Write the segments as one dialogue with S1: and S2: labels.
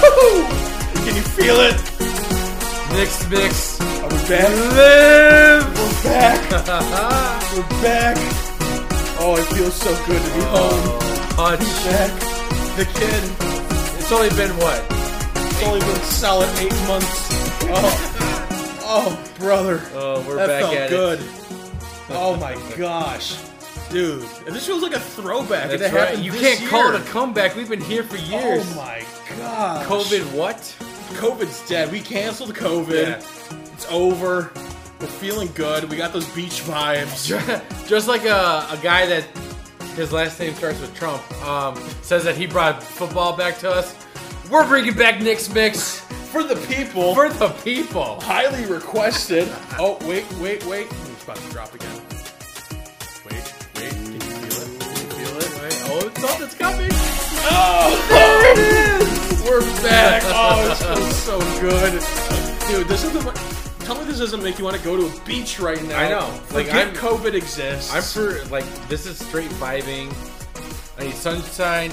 S1: Can you feel it?
S2: Mix, mix,
S1: Are we back?
S2: live.
S1: We're back. We're back. Oh, it feels so good to be
S2: Oh.
S1: home.
S2: Hutch,
S1: Back. The kid.
S2: it's only been what?
S1: It's only been solid eight months. Oh, oh, brother.
S2: Oh, we're
S1: that
S2: back
S1: felt
S2: at
S1: good.
S2: it.
S1: Oh my gosh, dude. And this feels like a throwback. and
S2: That's
S1: it
S2: right.
S1: happened
S2: You
S1: this
S2: can't call
S1: year.
S2: it a comeback. We've been here for years.
S1: Oh my god.
S2: COVID, what?
S1: COVID's dead. We canceled COVID. It's over. We're feeling good. We got those beach vibes.
S2: Just like a, a guy that his last name starts with Trump um, says that he brought football back to us. We're bringing back Nick's Mix
S1: For the people.
S2: for the people.
S1: highly requested. Oh, wait, wait, wait. It's about to drop again. Wait, wait. Can you feel it? Can you feel it? Wait.
S2: Oh, it's something's coming.
S1: Oh!
S2: It is.
S1: We're back. Oh, this feels so good. Dude, this isn't like. Tell me this doesn't make you want to go to a beach right now.
S2: I know. Like,
S1: Like,
S2: I'm-
S1: COVID exists.
S2: I'm for like this is straight vibing. I need sunshine,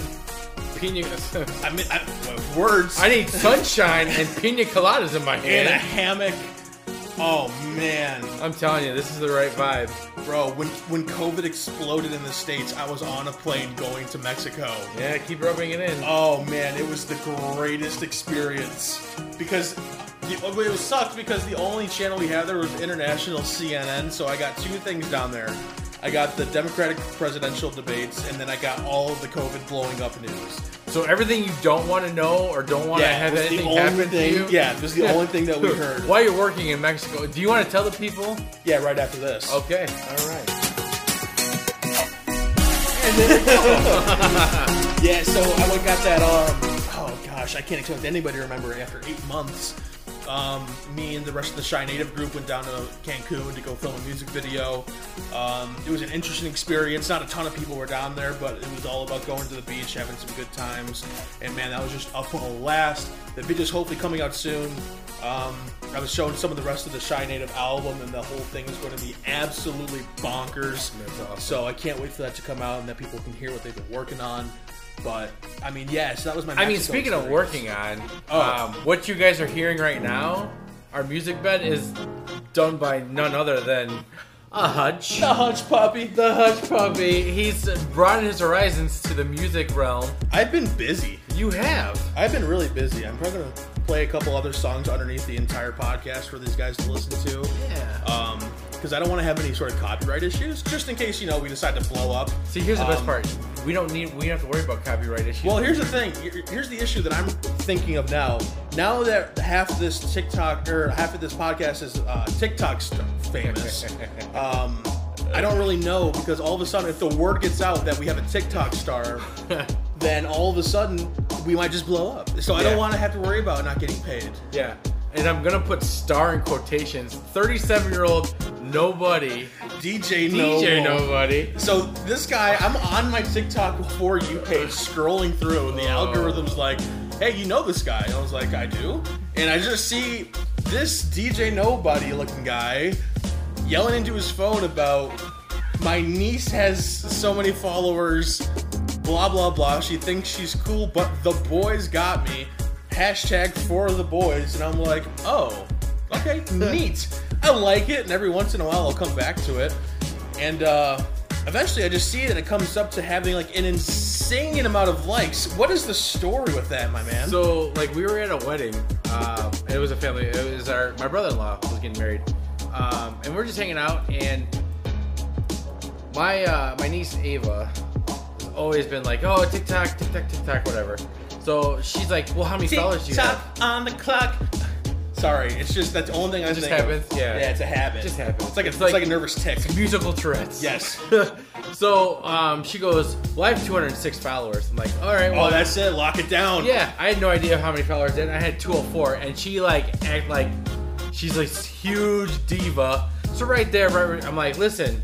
S2: pina.
S1: I mean, I, uh, words.
S2: I need sunshine and pina coladas in my
S1: in a
S2: hand.
S1: hammock. Oh man,
S2: I'm telling you, this is the right vibe.
S1: bro! When when COVID exploded in the states, I was on a plane going to Mexico.
S2: Yeah, keep rubbing it in.
S1: Oh man, it was the greatest experience because the, well, it was sucked because the only channel we had there was international CNN. So I got two things down there. I got the Democratic presidential debates, and then I got all of the COVID blowing up news.
S2: So everything you don't want to know or don't want to
S1: it
S2: have
S1: was
S2: anything
S1: the only
S2: happen
S1: thing.
S2: to you.
S1: Yeah, it was the only thing that we heard.
S2: While you're working in Mexico, do you want to tell the people?
S1: Yeah, right after this.
S2: Okay, all right.
S1: Yeah, so I went and got that. Um, oh gosh, I can't expect anybody to remember. After eight months, um, me and the rest of the Shy Native group went down to Cancun to go film a music video. Um, it was an interesting experience. Not a ton of people were down there, but it was all about going to the beach, having some good times, and man, that was just a blast. The video's hopefully coming out soon. Um, I was showing some of the rest of the Shy Native album, and the whole thing is going to be absolutely bonkers.
S2: That's awesome.
S1: So I can't wait for that to come out and that people can hear what they've been working on. But I mean, yes, that was my.
S2: I mean,
S1: Mexico
S2: speaking of
S1: experience.
S2: working on,
S1: Oh.
S2: um, what you guys are hearing right now, our music bed is done by none other than a Hutch.
S1: the Hutch Puppy,
S2: The Hutch Puppy. He's broadened his horizons to the music realm.
S1: I've been busy.
S2: You have.
S1: I've been really busy. I'm probably gonna play a couple other songs underneath the entire podcast for these guys to listen to.
S2: Yeah.
S1: Um, because I don't want to have any sort of copyright issues, just in case you know we decide to blow up.
S2: See, here's the best
S1: um,
S2: part. We don't need. We don't have to worry about copyright issues.
S1: Well, here's the thing. Here- Here's the issue that I'm thinking of now. Now that half of this TikTok or half of this podcast is uh, TikTok st- famous, um, I don't really know because all of a sudden, if the word gets out that we have a TikTok star, then all of a sudden we might just blow up. So I
S2: Yeah.
S1: don't want to have to worry about not getting paid.
S2: yeah. And I'm gonna put star in quotations. 37 year old nobody.
S1: DJ,
S2: DJ
S1: Noble.
S2: nobody.
S1: So this guy, I'm on my TikTok for you page scrolling through, and the algorithm's like, "Hey, you know this guy?" And I was like, "I do," and I just see this DJ nobody looking guy yelling into his phone about my niece has so many followers, blah blah blah. She thinks she's cool, but the boys got me. Hashtag for the boys, and I'm like, oh, okay, neat. I like it, and every once in a while I'll come back to it. And uh, eventually I just see it, and it comes up to having like an insane amount of likes. What is the story with that, my man?
S2: So like we were at a wedding. Um, it was a family. It was our my brother-in-law was getting married, um, and we're just hanging out. And my uh, my niece Ava has always been like, oh TikTok, TikTok, TikTok, whatever. So she's like, well, how many followers do you have?
S1: Tick-tock on the clock. Sorry, it's just that's the only thing I
S2: It just
S1: think of.
S2: happens, yeah.
S1: yeah, it's a habit.
S2: Just happens.
S1: It's like a,
S2: It's
S1: it's
S2: like-
S1: like, a nervous tick.
S2: Musical Tourette's.
S1: Yes.
S2: so um, she goes, well, I have 206 followers. I'm like, all right, well,
S1: Oh, that's it. Lock it down.
S2: Yeah, I had no idea how many followers and I had 204 and she like act like she's like this huge diva. So right there, right, right I'm like, listen,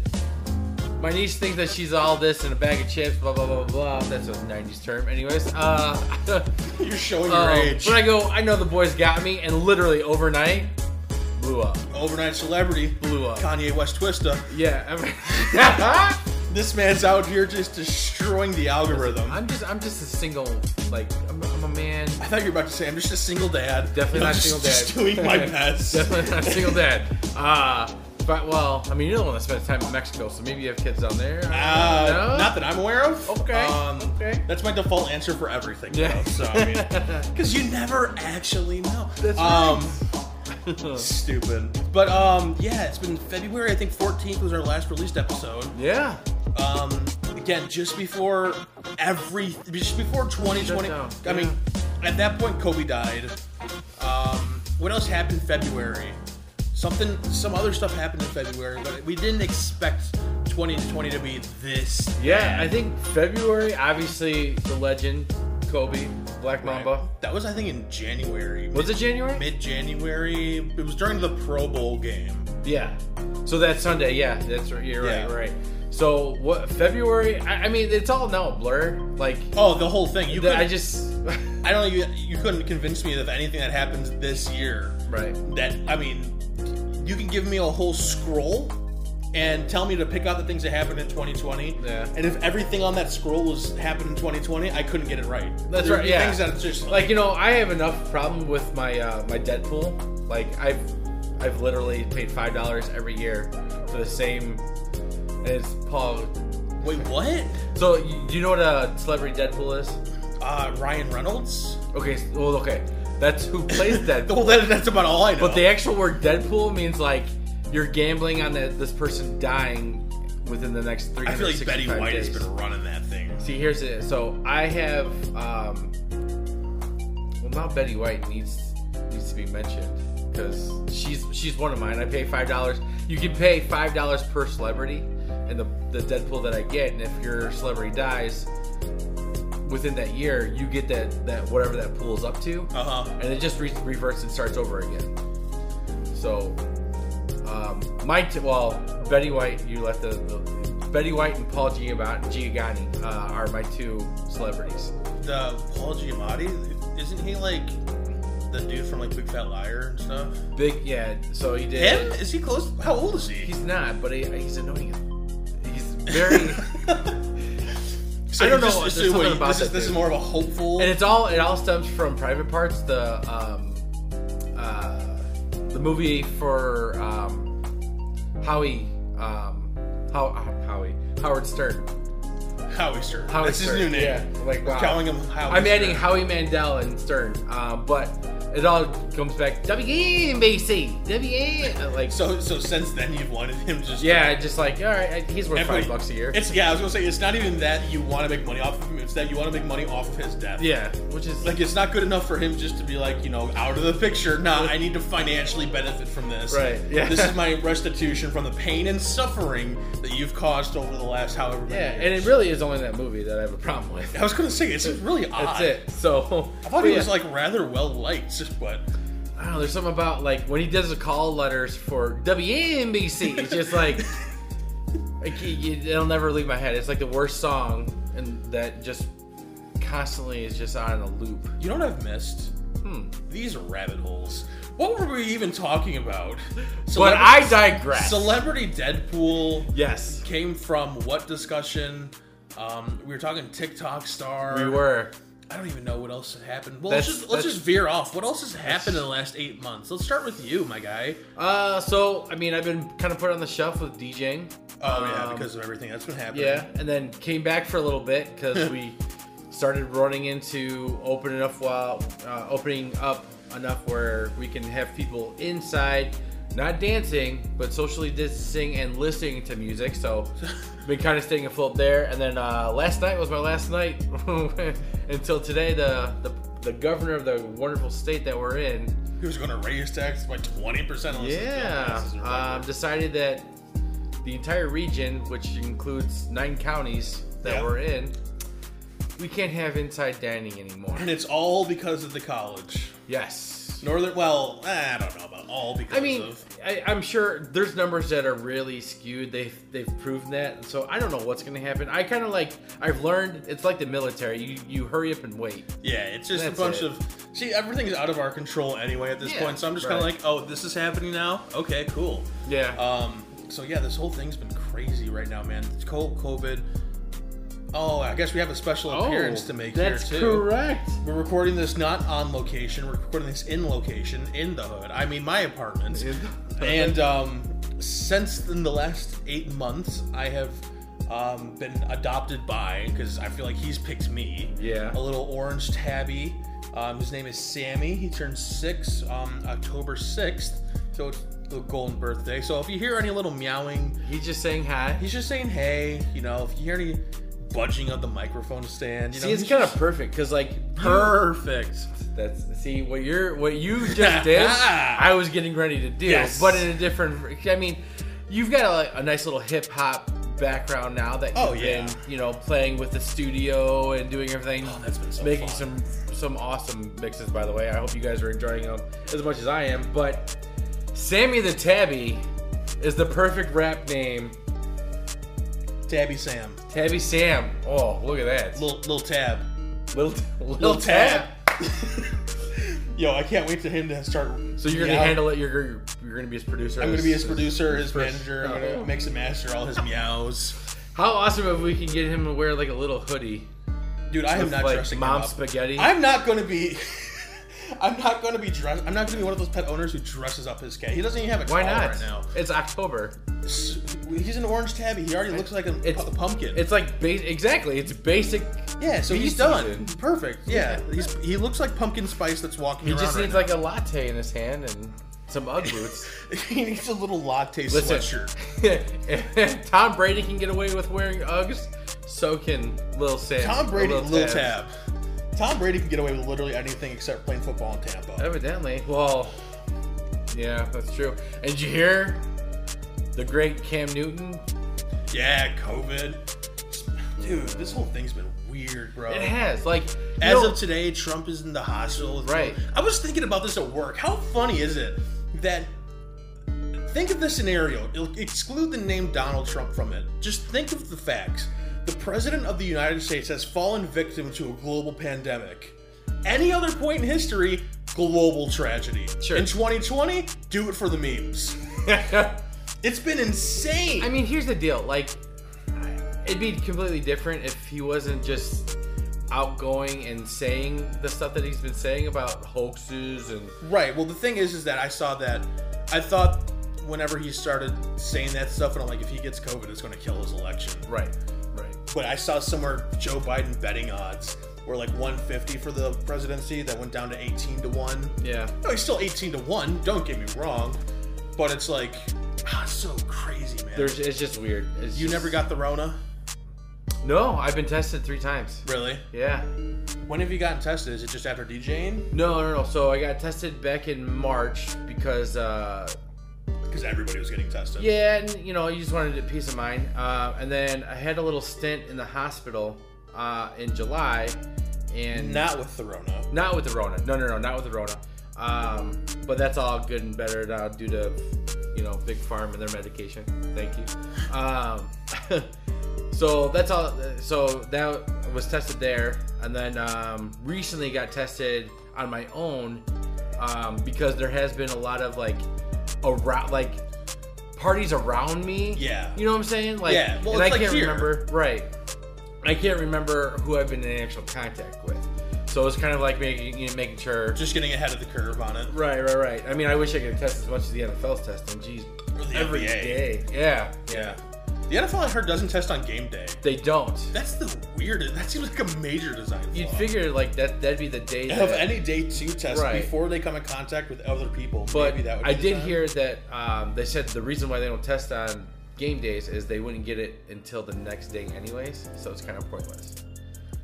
S2: my niece thinks that she's all this and a bag of chips, blah blah blah blah blah. That's a 90s term, anyways. Uh,
S1: You're showing your
S2: um,
S1: age.
S2: but I go, I know the boys got me, and literally overnight, blew up,
S1: Overnight celebrity,
S2: blew up.
S1: Kanye West Twista.
S2: Yeah. I'm-
S1: This man's out here just destroying the algorithm.
S2: I'm just I'm just a single like I'm, I'm a man.
S1: I thought you were about to say I'm just a single dad.
S2: Definitely
S1: I'm
S2: not a
S1: just-
S2: single dad.
S1: Just doing my best.
S2: Definitely not a single dad. Uh, but well, I mean you're the one that spends time in Mexico, so maybe you have kids down there.
S1: Uh,
S2: No?
S1: Not that I'm aware of.
S2: Okay,
S1: Um,
S2: okay.
S1: That's my default answer for everything.
S2: Yeah.
S1: Yeah. so I mean, because you never actually know.
S2: That's
S1: um,
S2: right.
S1: Stupid. But um, yeah, it's been February. I think 14th was our last released episode.
S2: yeah.
S1: Um,
S2: Mm-hmm.
S1: again, just before every, just before 2020.
S2: down,
S1: I mean,
S2: yeah.
S1: at that point, Kobe died. Um, what else happened in February? Something, some other stuff happened in February, but we didn't expect 2020 to be this.
S2: Yeah, I think February, obviously the legend, Kobe, Black Mamba.
S1: That was, I think, in January.
S2: Was it January?
S1: mid January? It was during the Pro Bowl game.
S2: Yeah. So that's Sunday. Yeah, that's right. You're
S1: Yeah.
S2: right. Right. So what? February. I, I mean, it's all now a blur. Like
S1: Oh, the whole thing. You,
S2: the- I
S1: couldn't-
S2: just.
S1: I don't. You, you couldn't convince me of anything that happens this year.
S2: right.
S1: that I mean, you can give me a whole scroll and tell me to pick out the things that happened in 2020.
S2: Yeah.
S1: And if everything on that scroll was happened in 2020, I couldn't get it right.
S2: That's
S1: There
S2: right,
S1: would be
S2: yeah.
S1: Things that it's just like,
S2: Like you know, I have enough problem with my uh, my Deadpool. Like I've I've literally paid five dollars every year for the same as Paul.
S1: wait, what?
S2: So you, you know what a celebrity Deadpool is?
S1: Uh, Ryan Reynolds?
S2: Okay. s- Well, okay. That's who plays Deadpool.
S1: Well, that, that's about all I know.
S2: But the actual word Deadpool means like you're gambling on that this person dying within the next three.
S1: I feel like Betty White
S2: days.
S1: has been running that thing.
S2: See, here's it. So I have. um Well, now Betty White needs needs to be mentioned because she's she's one of mine. I pay five dollars. You can pay five dollars per celebrity, and the the Deadpool that I get. And if your celebrity dies within that year, you get that that whatever that pool is up to
S1: Uh huh.
S2: and it just re- reverts and starts over again. So, um, my t- well, Betty White, you left the, the Betty White and Paul Giamatti, Giagani uh, are my two celebrities.
S1: The Paul Giamatti, isn't he like the dude from like Big Fat Liar and stuff?
S2: Big, yeah. So he
S1: Him?
S2: did.
S1: Is he close? How old is he?
S2: He's not, but he, he's annoying. He's very,
S1: So
S2: I don't
S1: you
S2: know,
S1: just-
S2: there's
S1: so
S2: something
S1: wait,
S2: about
S1: this is
S2: that
S1: this is
S2: dude.
S1: more of a hopeful.
S2: and it's all it all stems from Private Parts, the um, uh, the movie for um, Howie, um, how, Howie Howard Stern.
S1: Howie Stern.
S2: Howie
S1: That's
S2: Stern.
S1: his new name.
S2: Yeah, like wow.
S1: Calling him Howie.
S2: I'm adding
S1: Stern.
S2: Howie Mandel and Stern, uh, but it all comes back E WNBC, WN, E, like
S1: So so since then you've wanted him just.
S2: yeah, just like all right, I- he's worth
S1: Every-
S2: five bucks a year.
S1: It's yeah. I was gonna say it's not even that you want to make money off of him. It's that you want to make money off of his death.
S2: Yeah, which is
S1: Like it's not good enough for him just to be like you know out of the picture. Nah, I need to financially benefit from this.
S2: Right, yeah.
S1: This is my restitution from the pain and suffering that you've caused over the last however many.
S2: yeah, and
S1: years.
S2: it really is only that movie that I have a problem with.
S1: I was gonna say it's really odd.
S2: That's it. Oh, So
S1: I thought he was like rather well liked, but
S2: I don't know. There's something about like when he does the call letters for E WNBC. It's just like, like it- it- it'll never leave my head. It's like the worst song, and that just constantly is just on a loop.
S1: you know what I've missed?
S2: Hmm.
S1: These rabbit holes. What were we even talking about?
S2: But
S1: Celebr-
S2: I digress.
S1: Celebrity Deadpool
S2: yes,
S1: came from what discussion? Um, we were talking TikTok star.
S2: we were.
S1: I don't even know what else had happened. Well, let's
S2: That's-
S1: just let's
S2: that's-
S1: just veer off. What else has happened in the last eight months? Let's start with you, my guy.
S2: Uh, so I mean, I've been kind of put on the shelf with DJing.
S1: Oh yeah,
S2: Um,
S1: because of everything that's been happening.
S2: Yeah, and then came back for a little bit because we started running into open enough while uh, opening up enough where we can have people inside, not dancing, but socially distancing and listening to music. So been kind of staying afloat there. And then uh, last night was my last night until today. The, the the governor of the wonderful state that we're in.
S1: He was going to raise taxes by twenty percent.
S2: Yeah, um, decided that the entire region, which includes nine counties that
S1: Yeah.
S2: we're in, we can't have inside dining anymore.
S1: and it's all because of the college.
S2: Yes.
S1: Northern. Well, eh, I don't know about all because
S2: I mean,
S1: of.
S2: I, I'm sure there's numbers that are really skewed. They've they've proven that. So I don't know what's gonna happen. I kind of like I've learned it's like the military. You you hurry up and wait.
S1: Yeah, it's just
S2: That's
S1: a bunch
S2: it.
S1: of. See, everything's out of our control anyway at this
S2: Yeah,
S1: point, so I'm just kind of
S2: right.
S1: like, oh, this is happening now? Okay, cool.
S2: Yeah.
S1: Um, So yeah, this whole thing's been crazy right now, man. It's cold, COVID. Oh, I guess we have a special appearance to make
S2: oh, that's
S1: here too.
S2: correct.
S1: We're recording this not on location. We're recording this in location, in the hood. I mean, my apartment.
S2: In the-
S1: and um, since in the last eight months, I have um, been adopted by because I feel like he's picked me.
S2: Yeah.
S1: A little orange tabby. Um, his name is Sammy. He turned six um, October sixth, so it's the golden birthday. So if you hear any little meowing,
S2: He's just saying hi.
S1: he's just saying hey. You know, if you hear any budging of the microphone stand, you know,
S2: See, it's
S1: he's
S2: kind of
S1: just
S2: perfect because like you-
S1: perfect.
S2: That's see what you're what you just did. I was getting ready to do,
S1: Ah. Yes.
S2: but in a different. I mean, you've got a, like, a nice little hip hop background now that you've
S1: Oh, yeah.
S2: been you know playing with the studio and doing everything.
S1: Oh, that's been so
S2: making
S1: fun.
S2: some some awesome mixes. By the way, I hope you guys are enjoying them as much as I am. But Sammy the Tabby is the perfect rap name.
S1: Tabby Sam,
S2: Tabby Sam. Oh, look at that.
S1: little little tab.
S2: Little
S1: Lil Tab. Yo, I can't wait to him to start.
S2: So you're gonna
S1: meow-
S2: handle it. You're you're, you're gonna be his producer.
S1: I'm gonna be his producer, his
S2: first-
S1: manager. I'm
S2: Oh.
S1: gonna mix and master all his meows.
S2: How awesome if we can get him to wear like a little hoodie.
S1: Dude, I am
S2: With,
S1: not
S2: like,
S1: dressing
S2: mom
S1: him up.
S2: spaghetti?
S1: I'm not gonna be. I'm not gonna be dressed. I'm not gonna be one of those pet owners who dresses up his cat. He doesn't even have a
S2: Why
S1: collar
S2: not?
S1: right now.
S2: It's October.
S1: S- He's an orange tabby. He already looks like a,
S2: It's-
S1: a pumpkin.
S2: It's like ba- exactly. It's basic.
S1: yeah, so
S2: bee
S1: he's done.
S2: season.
S1: Perfect. Yeah, he's he looks like pumpkin spice that's walking
S2: He
S1: around.
S2: just
S1: right
S2: needs
S1: now.
S2: like a latte in his hand and some UGG boots.
S1: he needs a little latte
S2: Listen,
S1: sweatshirt.
S2: if Tom Brady can get away with wearing UGGs. So can Lil Sam.
S1: Tom Brady,
S2: Lil
S1: Lil, Tab. Tom Brady can get away with literally anything except playing football in Tampa.
S2: Evidently. Well, yeah, that's true. And did you hear the great Cam Newton?
S1: Yeah, COVID. Dude, this whole thing's been weird, bro.
S2: It has like
S1: As
S2: no-
S1: of today, Trump is in the hospital. with-
S2: Right.
S1: I was thinking about this at work. How funny is it that. Think of the scenario. It'll- Exclude the name Donald Trump from it. Just think of the facts. The President of the United States has fallen victim to a global pandemic. Any other point in history, global tragedy.
S2: Sure.
S1: In 2020, do it for the memes. It's been insane.
S2: I mean, here's the deal. Like, it'd be completely different if he wasn't just outgoing and saying the stuff that he's been saying about hoaxes and
S1: Right. Well, the thing is, is that I saw that. I thought whenever he started saying that stuff, and I'm like, if he gets COVID, it's going to kill his election.
S2: right, right.
S1: But I saw somewhere Joe Biden betting odds were like 150 for the presidency that went down to 18 to one.
S2: Yeah,
S1: No, he's still 18 to one. Don't get me wrong, but it's like, ah, it's so crazy, man.
S2: there's. It's just weird. It's
S1: you
S2: just-
S1: never got the Rona,
S2: No, I've been tested three times.
S1: really?
S2: Yeah.
S1: When have you gotten tested? Is it just after DJing?
S2: No, no, no. So I got tested back in March because. uh
S1: Because everybody was getting tested.
S2: Yeah, and you know, you just wanted a peace of mind. Uh, and then I had a little stint in the hospital uh, in July, and
S1: Not with the Rona.
S2: not with the Rona. No, no, no, not with the Rona. Um, but that's all good and better now due to you know Big Farm and their medication. Thank you. Um, so that's all. So that was tested there, and then um, recently got tested on my own um, because there has been a lot of like around like parties around me.
S1: Yeah.
S2: you know what I'm saying? Like,
S1: Yeah, well, it's
S2: and I
S1: like
S2: can't
S1: here.
S2: remember right. I can't remember who I've been in actual contact with. So it's kind of like making you know, making sure.
S1: Just getting ahead of the curve on it.
S2: Right, right, right. I mean, I wish I could test as much as the NFL's testing. Jeez,
S1: Or the
S2: every
S1: NBA.
S2: day. Yeah,
S1: Yeah. The NFL, I heard, doesn't test on game day.
S2: they don't.
S1: That's the weirdest. That seems like a major design flaw.
S2: You'd figure like that. That'd be the day.
S1: have
S2: that-
S1: any day two test
S2: Right.
S1: before they come in contact with other people.
S2: but
S1: Maybe that would.
S2: I
S1: be the
S2: did
S1: time.
S2: hear that um, they said the reason why they don't test on game days is they wouldn't get it until the next day, anyways. So it's kind of pointless.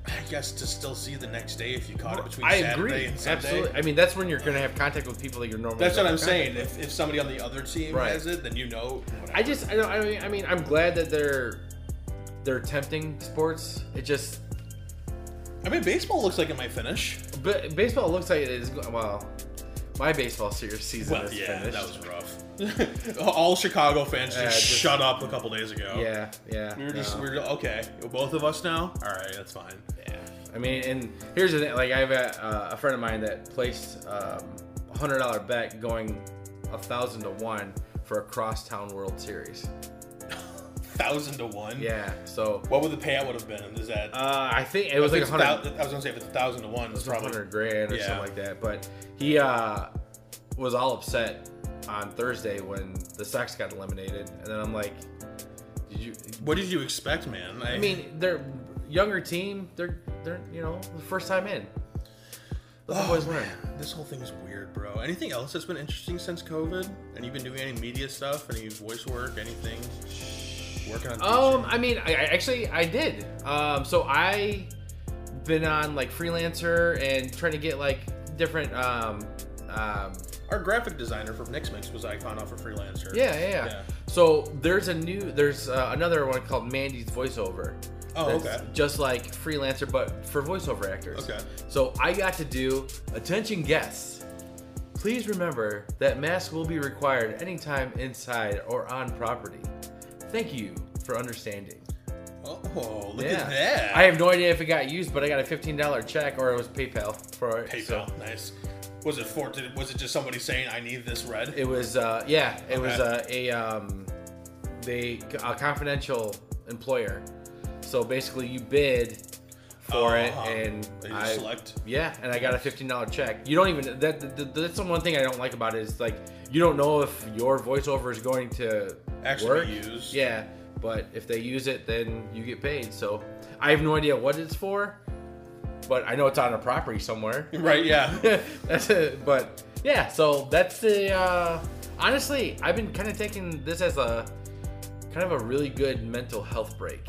S1: I guess to still see the next day if you caught it between
S2: I
S1: Saturday
S2: agree.
S1: and Sunday.
S2: Absolutely. I mean, that's when you're gonna have contact with people that you're normally.
S1: That's what
S2: not
S1: I'm
S2: in contact
S1: saying. If, if somebody on the other team
S2: Right.
S1: has it, then you know.
S2: I just I don't I mean I mean I'm glad that they're they're tempting sports. It just
S1: I mean, baseball looks like it might finish.
S2: but baseball looks like it is go- well. My baseball se- season
S1: Well,
S2: is
S1: yeah,
S2: finished.
S1: that was rough. All Chicago fans just,
S2: Yeah, just-
S1: shut up a couple days ago.
S2: yeah, yeah.
S1: We were just,
S2: no.
S1: we were okay. Both of us now? All right, that's fine.
S2: Yeah. I mean, and here's the thing. Like, I have a, uh, a friend of mine that placed um, a hundred dollar bet going a thousand to one for a crosstown World Series.
S1: Thousand to one.
S2: Yeah, so
S1: What would the payout would have been? Is that?
S2: uh, I think it was
S1: if
S2: like
S1: it's
S2: hundred.
S1: thou- I was gonna say if it's a thousand to one, it's
S2: probably
S1: probably
S2: 100 grand or
S1: Yeah.
S2: something like that. But he uh, was all upset on Thursday when the Sox got eliminated, and then I'm like, "Did you?"
S1: What did you expect, man?
S2: I mean, they're younger team. They're they're you know the first time in. Let the
S1: Oh,
S2: boys learn.
S1: man, This whole thing is weird, bro. Anything else that's been interesting since COVID? And you've been doing any media stuff, any voice work, anything? Working on.
S2: Um, I mean, I, I actually I did. Um, so I been on like freelancer and trying to get like different um um
S1: Our graphic designer from Mix was icon off a freelancer.
S2: Yeah, yeah, yeah.
S1: Yeah.
S2: So there's a new, there's uh, another one called Mandy's voiceover.
S1: Oh,
S2: That's
S1: okay.
S2: Just like freelancer, but for voiceover actors.
S1: Okay.
S2: So I got to do attention guests. Please remember that masks will be required anytime inside or on property. Thank you for understanding.
S1: Oh, look
S2: yeah.
S1: at that.
S2: I have no idea if it got used, but I got a fifteen dollar check or it was PayPal for it.
S1: PayPal.
S2: so-
S1: Nice. Was it for? Did, was it just somebody saying I need this red?
S2: It was, uh, yeah, it was uh,
S1: Okay.
S2: a um, they a confidential employer. So basically, you bid for it,
S1: Uh-huh.
S2: and
S1: They just
S2: I
S1: select.
S2: yeah, and I got a fifteen dollar check. You don't even that, that that's the one thing I don't like about it is like you don't know if your voiceover is going to
S1: Actually
S2: work.
S1: be used.
S2: Yeah, but if they use it, then you get paid. So I have no idea what it's for, but I know it's on a property somewhere.
S1: Right. Yeah.
S2: that's it. But yeah, so that's the. Uh, honestly, I've been kind of taking this as a kind of a really good mental health break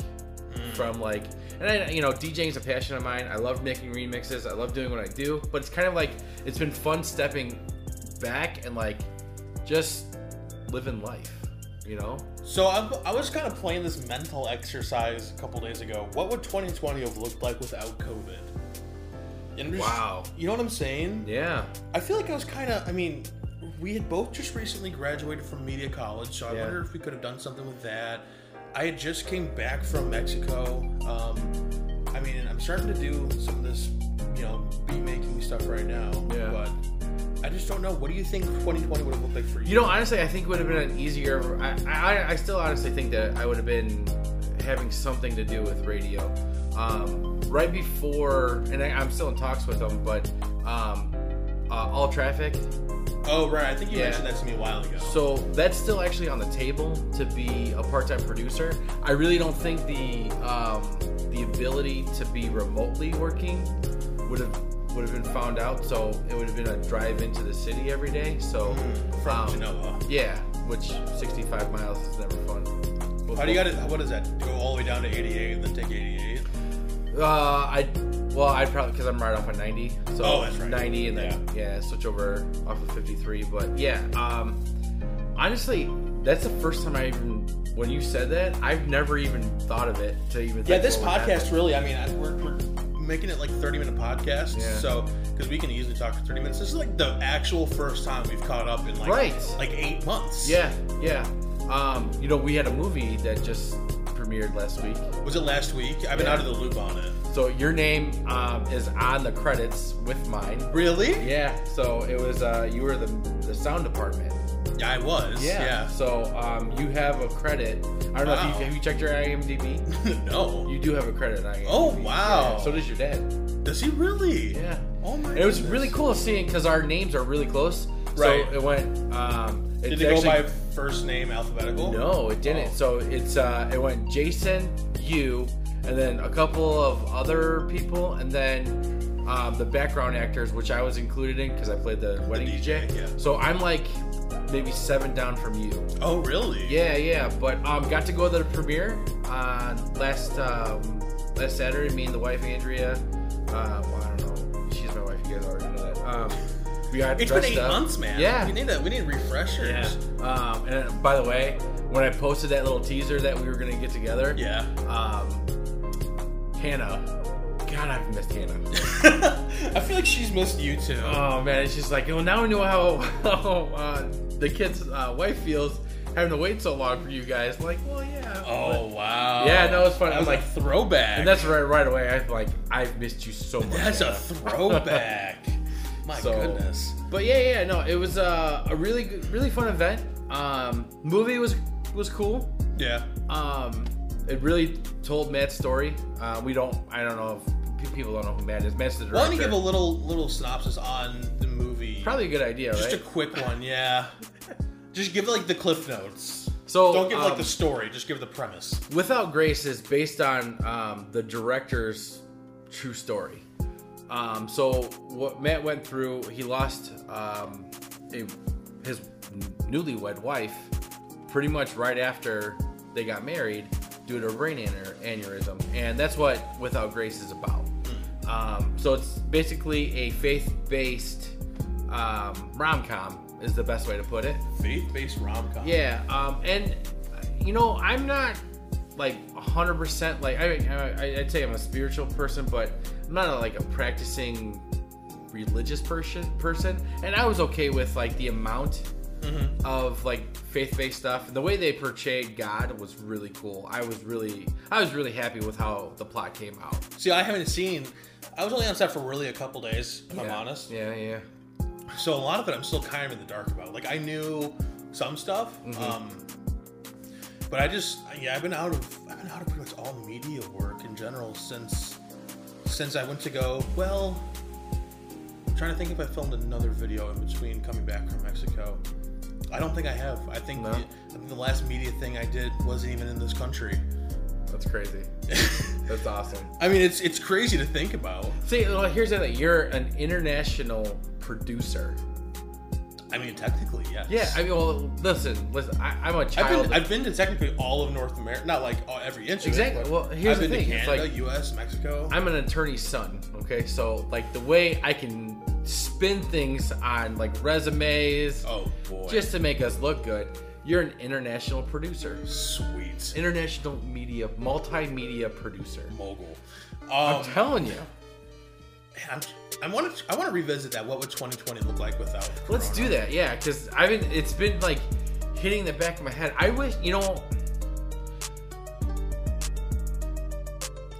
S2: from like, and I, you know, DJing is a passion of mine. I love making remixes. I love doing what I do. But it's kind of like it's been fun stepping back and like just living life, you know.
S1: So I'm, I was kind of playing this mental exercise a couple days ago. What would 2020 have looked like without COVID? And I'm just-
S2: Wow.
S1: You know what I'm saying?
S2: Yeah.
S1: I feel like I was kind of. I mean, we had both just recently graduated from media college, so I
S2: Yeah.
S1: wonder if we could have done something with that. I had just came back from Mexico. Um, I mean, I'm starting to do some of this, you know, beat making stuff right now.
S2: Yeah.
S1: But I just don't know. What do you think 2020 would have looked like for you?
S2: You know, honestly, I think it would have been an easier. I, I, I still honestly think that I would have been having something to do with radio. Um, right before, and I, I'm still in talks with them, but um, uh, All Traffic.
S1: oh right, I think you
S2: Yeah.
S1: mentioned that to me a while ago.
S2: So that's still actually on the table to be a part time producer. I really don't think the um, the ability to be remotely working would have would have been found out. So it would have been a drive into the city every day. So
S1: from
S2: um,
S1: Genoa.
S2: Yeah, which 65 miles is never fun.
S1: How do you got it? What is that? Go all the way down to 88 and then take 88?
S2: Uh, I well, I probably because I'm right off of 90, so
S1: Oh, that's right.
S2: 90, and then yeah. switch over off of 53. But yeah, um, honestly, that's the first time I even when you said that I've never even thought of it to even.
S1: Yeah,
S2: think
S1: this
S2: what would
S1: podcast really, I mean, I- we're, we're making it like 30 minute podcasts.
S2: Yeah.
S1: So, because we can easily talk for 30 minutes. This is like the actual first time we've caught up in like,
S2: Right.
S1: like eight months.
S2: happen. Yeah, yeah. Um, you know, we had a movie that just premiered last week.
S1: Was it last week? I've been
S2: Yeah.
S1: out of the loop on it.
S2: So your name um, is on the credits with mine.
S1: Really?
S2: Yeah, so it was uh, you were the the sound department.
S1: Yeah, I was. Yeah.
S2: So um, you have a credit. I don't know if
S1: Wow.
S2: you have you checked your IMDb.
S1: no.
S2: You do have a credit on IMDb.
S1: Oh, wow.
S2: Yeah, so does your dad.
S1: Does he really?
S2: Yeah.
S1: Oh my
S2: It was
S1: goodness.
S2: really cool seeing because our names are really close.
S1: Right.
S2: So it went. Um, it
S1: Did it go by first name alphabetical?
S2: No, it didn't.
S1: Oh.
S2: So it's uh, it went Jason, you, and then a couple of other people, and then um, the background actors, which I was included in because I played the wedding
S1: DJ,
S2: DJ.
S1: yeah.
S2: So I'm like maybe seven down from you.
S1: Oh, really?
S2: Yeah, yeah. But um, got to go to the premiere on last um, last Saturday. Me and the wife Andrea. Uh, well, I don't know. She's my wife. You guys already know that. Um, we got
S1: It's been
S2: dressed
S1: eight
S2: up.
S1: months, man.
S2: Yeah.
S1: We need a, we need refreshers.
S2: Yeah. Um, and by the way, when I posted that little teaser that we were gonna get together,
S1: Yeah.
S2: Um, Hannah. God, I've missed Hannah.
S1: I feel like she's missed you too.
S2: Oh man, it's just like, oh, now I know how, how uh, the kid's uh, wife feels having to wait so long for you guys. Like, well, yeah. but-
S1: oh wow.
S2: Yeah, no, it's funny.
S1: That was
S2: I'm
S1: like throwback.
S2: And that's right, right away. I like I've missed you so much.
S1: That's a
S2: Hannah.
S1: throwback. My
S2: So-
S1: goodness.
S2: But yeah, yeah, no, it was uh, a really, good- really fun event. Um, movie was was cool.
S1: Yeah.
S2: Um, it really told Matt's story. Uh, we don't. I don't know if pe- people don't know who Matt is. Matt's the director.
S1: Why don't you give a little little synopsis on the movie?
S2: Probably a good idea,
S1: just
S2: right?
S1: a quick one. Yeah. just give like the cliff notes.
S2: So,
S1: don't give like
S2: um,
S1: the story. Just give the premise.
S2: Without Grace is based on um, the director's true story. Um, so what Matt went through, he lost um, a, his newlywed wife pretty much right after they got married due to a brain aneur- aneurysm, and that's what Without Grace is about. Um, so it's basically a faith-based um, rom-com is the best way to put it.
S1: Faith-based rom com.
S2: Yeah, um, and uh, you know, I'm not like 100% like I, mean, I I- I'd say I'm a spiritual person, but I'm not a, like a practicing religious person person, and I was okay with like the amount
S1: Mm-hmm.
S2: of like faith-based stuff. The way they portrayed God was really cool. I was really I was really happy with how the plot came out.
S1: See, I haven't seen. I was only on set for really a couple days. If I'm
S2: Yeah.
S1: honest.
S2: Yeah, yeah.
S1: So a lot of it, I'm still kind of in the dark about. Like I knew some stuff,
S2: Mm-hmm.
S1: um, but I just yeah, I've been out of I've been out of pretty much all media work in general since since I went to go. Well, I'm trying to think if I filmed another video in between coming back from Mexico. I don't think I have. I think
S2: No.
S1: the, I think the last media thing I did wasn't even in this country.
S2: That's crazy. That's awesome.
S1: I mean, it's it's crazy to think about.
S2: See, well, here's the thing. You're an international producer.
S1: I mean, technically, yes.
S2: Yeah, I mean, well, listen, listen. I, I'm a
S1: I've
S2: child.
S1: been, I've been to technically all of North America, not like all, every inch. of it,
S2: Exactly.
S1: but
S2: Well, here's
S1: I've
S2: the
S1: been
S2: thing,
S1: To
S2: it's
S1: Canada,
S2: like-
S1: U.S., Mexico.
S2: I'm an attorney's son. Okay, so like the way I can spin things on like resumes,
S1: oh boy,
S2: just to make us look good. You're an international producer,
S1: sweet
S2: international media, multimedia producer.
S1: mogul. Um,
S2: I'm telling you.
S1: man, I'm, I want to I want to revisit that. What would 2020 look like without?
S2: Let's do
S1: Corona?
S2: that, yeah. Because I've been, it's been like hitting the back of my head. I wish, you know,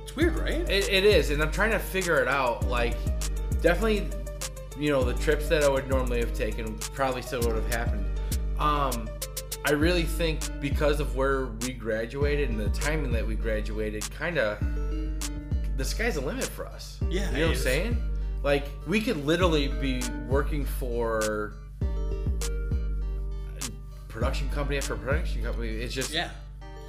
S1: It's weird, right?
S2: It, it is, and I'm trying to figure it out. Like, definitely, you know, the trips that I would normally have taken probably still would have happened. Um, I really think because of where we graduated and the timing that we graduated, kind of the sky's the limit for us.
S1: Yeah,
S2: you know
S1: it
S2: what I'm
S1: is.
S2: saying? Like, we could literally be working for production company after production company. It's just,
S1: Yeah.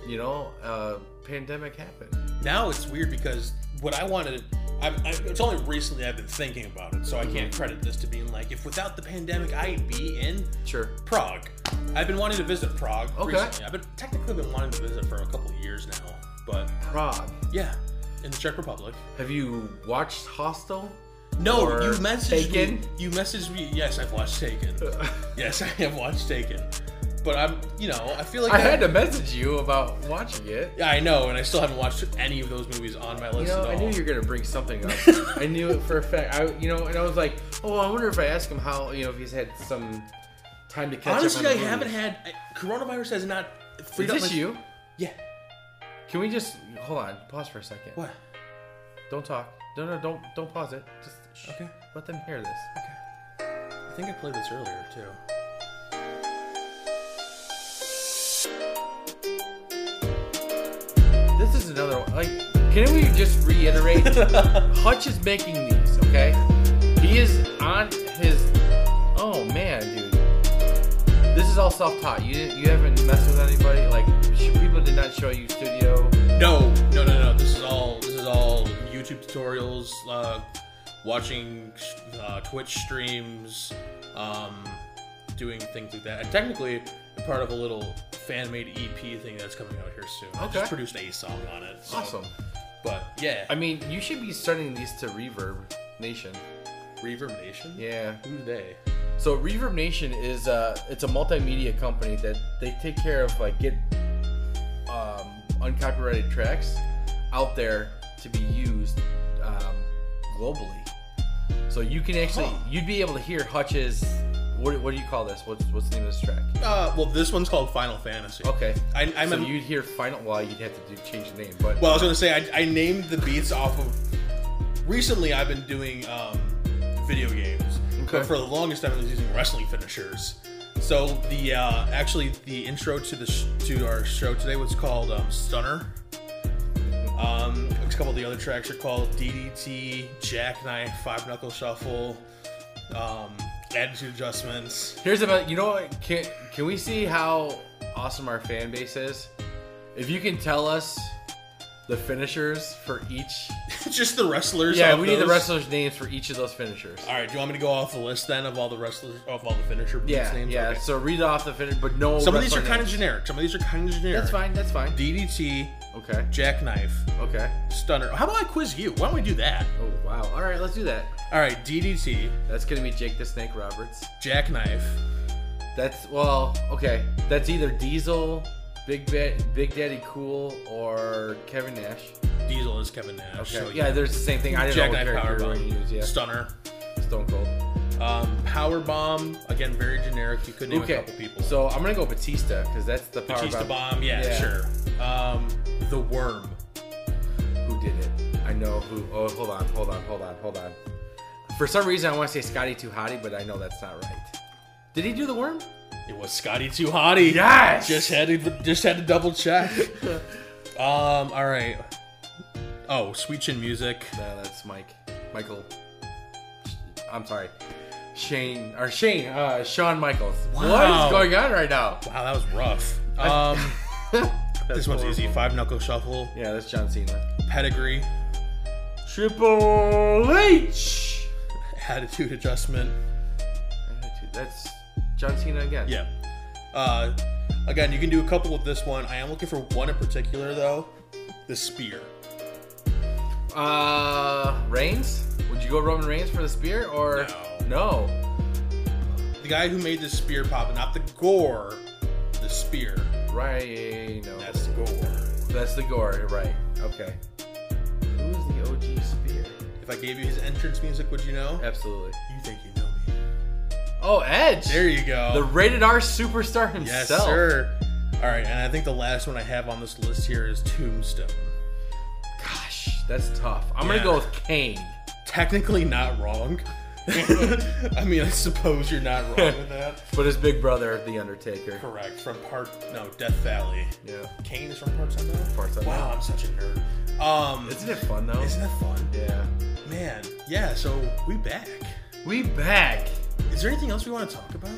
S2: you know, uh, pandemic happened.
S1: Now it's weird because what I wanted. I, I, it's only recently I've been thinking about it, so I can't
S2: Mm-hmm.
S1: credit this to being like if without the pandemic I'd be in
S2: Sure.
S1: Prague. I've been wanting to visit Prague
S2: Okay.
S1: recently. I've been technically been wanting to visit for a couple of years now, but
S2: Prague.
S1: yeah, in the Czech Republic.
S2: Have you watched Hostel?
S1: No,
S2: Or
S1: you messaged
S2: Taken?
S1: me. You messaged me. Yes, I've watched Taken. yes, I have watched Taken. But I'm, you know, I feel like
S2: I had to message you about watching it.
S1: Yeah, I know, and I still haven't watched any of those movies on my
S2: You
S1: list
S2: know,
S1: at all.
S2: I knew you were gonna bring something up. I knew it for a fact. I, you know, and I was like, oh, I wonder if I ask him how, you know, if he's had some time to catch
S1: Honestly,
S2: up.
S1: I
S2: on the movies.
S1: haven't had. I, coronavirus has not.
S2: Is
S1: freed up
S2: this
S1: my-
S2: you?
S1: Yeah.
S2: Can we just hold on? Pause for a second.
S1: What?
S2: Don't talk. No, no, don't, don't pause it. Just shh,
S1: Okay.
S2: let them hear this.
S1: I think I played this earlier too.
S2: This is another one. Like, can we just reiterate? Hutch is making these, okay? He is on his. Oh man, dude. This is all self-taught. You didn't, you haven't messed with anybody. Like, sh- people did not show you studio.
S1: No, no, no, no. This is all. This is all YouTube tutorials, uh, watching uh, Twitch streams, um, doing things like that. And technically, I'm part of a little fan-made EP thing that's coming out here soon. I
S2: Okay.
S1: just produced a song on it. so-
S2: Awesome.
S1: But yeah,
S2: I mean, you should be sending these to Reverb Nation.
S1: Reverb Nation.
S2: Yeah.
S1: Who's they?
S2: So Reverb Nation is uh, it's a multimedia company that they take care of like get um, uncopyrighted tracks out there to be used um, globally. So you can actually
S1: Huh.
S2: you'd be able to hear Hutch's what, what do you call this? What's what's the name of this track?
S1: Uh, well, this one's called Final Fantasy.
S2: Okay.
S1: I, I'm
S2: so
S1: a-
S2: you'd hear final. Well, you'd have to do, change the name, but
S1: Well, I was gonna say I, I named the beats off of. Recently, I've been doing um, video games,
S2: Okay.
S1: but for the longest time, I was using wrestling finishers. So the uh, actually the intro to the sh- to our show today was called um, Stunner. Um, a couple of the other tracks are called DDT, Jackknife, Five Knuckle Shuffle, um, Attitude Adjustments.
S2: Here's about you know what can can we see how awesome our fan base is? If you can tell us the finishers for each
S1: Just the wrestlers.
S2: Yeah,
S1: of
S2: we need the
S1: those.
S2: wrestlers' names for each of those finishers.
S1: All right, do you want me to go off the list then of all the wrestlers of all the finisher
S2: Yeah,
S1: names?
S2: yeah.
S1: Okay.
S2: So read off the finish, but no.
S1: Some of these are
S2: wrestler
S1: kind of
S2: names.
S1: generic. Some of these are kind of generic.
S2: That's fine. That's fine.
S1: DDT,
S2: Okay.
S1: Jackknife,
S2: Okay.
S1: Stunner. How about I quiz you? Why don't we do that?
S2: Oh wow. All right, let's do that.
S1: All right, DDT,
S2: That's gonna be Jake the Snake Roberts.
S1: Jackknife.
S2: That's well, okay. That's either Diesel, Big ba- Big Daddy Cool, or Kevin Nash.
S1: Diesel is Kevin Nash.
S2: Okay.
S1: so
S2: yeah, there's the same thing. I didn't know
S1: Jackknife
S2: what character we were gonna
S1: Powerbomb.
S2: use.
S1: Stunner.
S2: Yeah, Stone Cold.
S1: Um, Powerbomb. Again, very generic. You could name a
S2: Okay.
S1: couple people.
S2: So I'm gonna go Batista because that's the power
S1: Batista
S2: bomb.
S1: Bomb. Yeah,
S2: Yeah.
S1: sure. Um, the Worm.
S2: Who did it? I know who. Oh, hold on, hold on, hold on, hold on. For some reason, I want to say Scotty Too Hottie, but I know that's not right. Did he do the worm?
S1: It was Scotty Too Hottie.
S2: Yes!
S1: Just had to just had to double check. um. All right. Oh, Sweet Chin Music.
S2: No, that's Mike. Michael. I'm sorry. Shane or Shane, uh, Sean Michaels. What
S1: Wow.
S2: is going on right now?
S1: Wow, that was rough. Um,
S2: That's
S1: this one's
S2: horrible.
S1: easy. Five Knuckle Shuffle.
S2: Yeah, that's John Cena.
S1: Pedigree.
S2: Triple H.
S1: Attitude Adjustment.
S2: That's John Cena again.
S1: Yeah. Uh, again, you can do a couple with this one. I am looking for one in particular, though. The spear.
S2: Uh, Reigns. Would you go Roman Reigns for the spear or no?
S1: The guy who made the spear pop, not the gore, the spear.
S2: Right. No.
S1: That's the gore.
S2: That's the gore. Right. Okay. Who's the OG spear?
S1: If I gave you his entrance music, would you know?
S2: Absolutely.
S1: You think you know me.
S2: Oh, Edge.
S1: There you go.
S2: The rated R superstar
S1: yes,
S2: himself.
S1: sir. All right, and I think the last one I have on this list here is Tombstone.
S2: Gosh, that's tough. I'm
S1: Yeah.
S2: gonna go with Kane.
S1: Technically not wrong. I mean, I suppose you're not wrong with that.
S2: But his big brother, The Undertaker.
S1: Correct. From part no Death Valley.
S2: Yeah.
S1: Kane is from Parts Unknown.
S2: Parts Unknown.
S1: Wow, I'm such a nerd. Um,
S2: Isn't it fun though?
S1: isn't that fun,
S2: yeah.
S1: man? Yeah. So we back.
S2: We back.
S1: Is there anything else we want to talk about?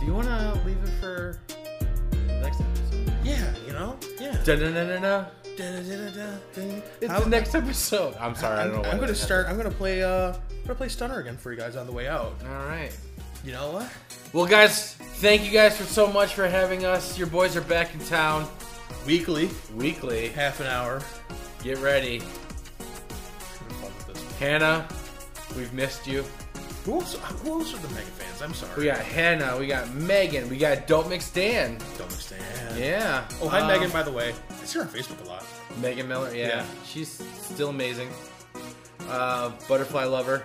S2: Do you wanna leave it for next episode?
S1: Yeah. You know. Yeah.
S2: Da da da da da. It's
S1: How-
S2: the next episode. I'm sorry, I
S1: I'm,
S2: don't know. why
S1: I'm gonna
S2: that
S1: start. I'm gonna play. Uh, I'm gonna play Stunner again for you guys on the way out.
S2: happened. All right.
S1: You know what?
S2: Well, guys, thank you guys for so much for having us. Your boys are back in town
S1: Weekly,
S2: weekly.
S1: half an hour.
S2: Get ready,
S1: Having fun with this one.
S2: Hannah. We've missed you.
S1: Who else? Who else are the mega fans? I'm sorry.
S2: We got Hannah. We got Megan. We got Don't Mix Dan.
S1: Don't understand.
S2: Yeah.
S1: Oh, hi
S2: Um,
S1: Megan. By the way, I see her on Facebook a lot.
S2: Megan Miller, yeah.
S1: Yeah.
S2: She's still amazing. Uh, butterfly lover.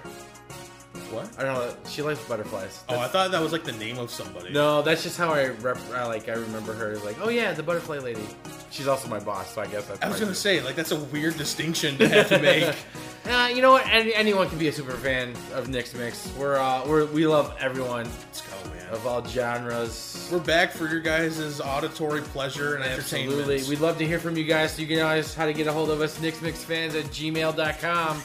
S1: What?
S2: I don't know. She likes butterflies.
S1: Oh, I
S2: That's-
S1: thought that was like the name of somebody.
S2: no, that's just how I rep. I, like I remember her. Like, oh yeah, the butterfly lady. She's also my boss, so I guess that's.
S1: I was
S2: my-
S1: gonna say like that's a weird distinction to have to make.
S2: Uh, you know what? Any, anyone can be a super fan of Nick's Mix. We're uh, we're we love everyone
S1: Let's go, man.
S2: of all genres.
S1: We're back for your guys' auditory pleasure and entertainment.
S2: Absolutely. We'd love to hear from you guys. You can always how to get a hold of us, nicksmixfans at gmail.com.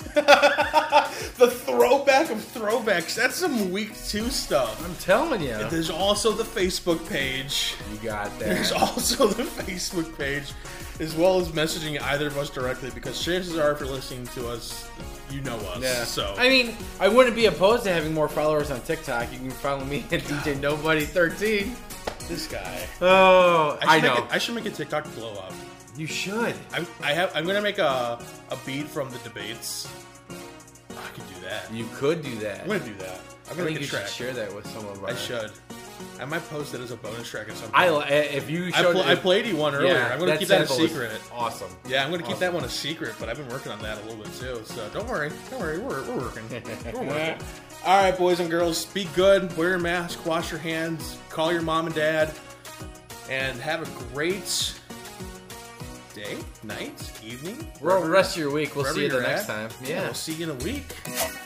S1: the throwback of throwbacks. That's some week two stuff.
S2: I'm telling you.
S1: There's also the Facebook page.
S2: You got that.
S1: There's also the Facebook page, as well as messaging either of us directly because chances are, if you're listening to us, you know us.
S2: Yeah.
S1: So
S2: I mean, I wouldn't be opposed to having more followers on TikTok. You can follow me at DJ Nobody 13.
S1: this guy.
S2: Oh, I,
S1: should make
S2: know.
S1: A, I should make a TikTok blow up.
S2: you should.
S1: I'm, I have. I'm gonna make a a bead from the debates. I can do that.
S2: You could do that.
S1: I'm gonna do that. I'm
S2: I
S1: gonna
S2: think
S1: make a
S2: you
S1: track.
S2: should share that with someone.
S1: I should. I might post it as a bonus track at some
S2: I
S1: point.
S2: li- eh, if you
S1: I,
S2: showed
S1: pl- I played you one earlier. I'm gonna keep that a secret.
S2: Awesome.
S1: Yeah, I'm gonna keep
S2: Awesome.
S1: that one a secret, but I've been working on that a little bit too. So don't worry, don't worry, we're, we're working. We're working. All right, boys and girls, be good. Wear your mask. Wash your hands. Call your mom and dad, and have a great day, night, evening.
S2: We're on the rest of your week. We'll
S1: wherever
S2: see you the
S1: you're
S2: next
S1: at.
S2: time.
S1: yeah, we'll see you in a week.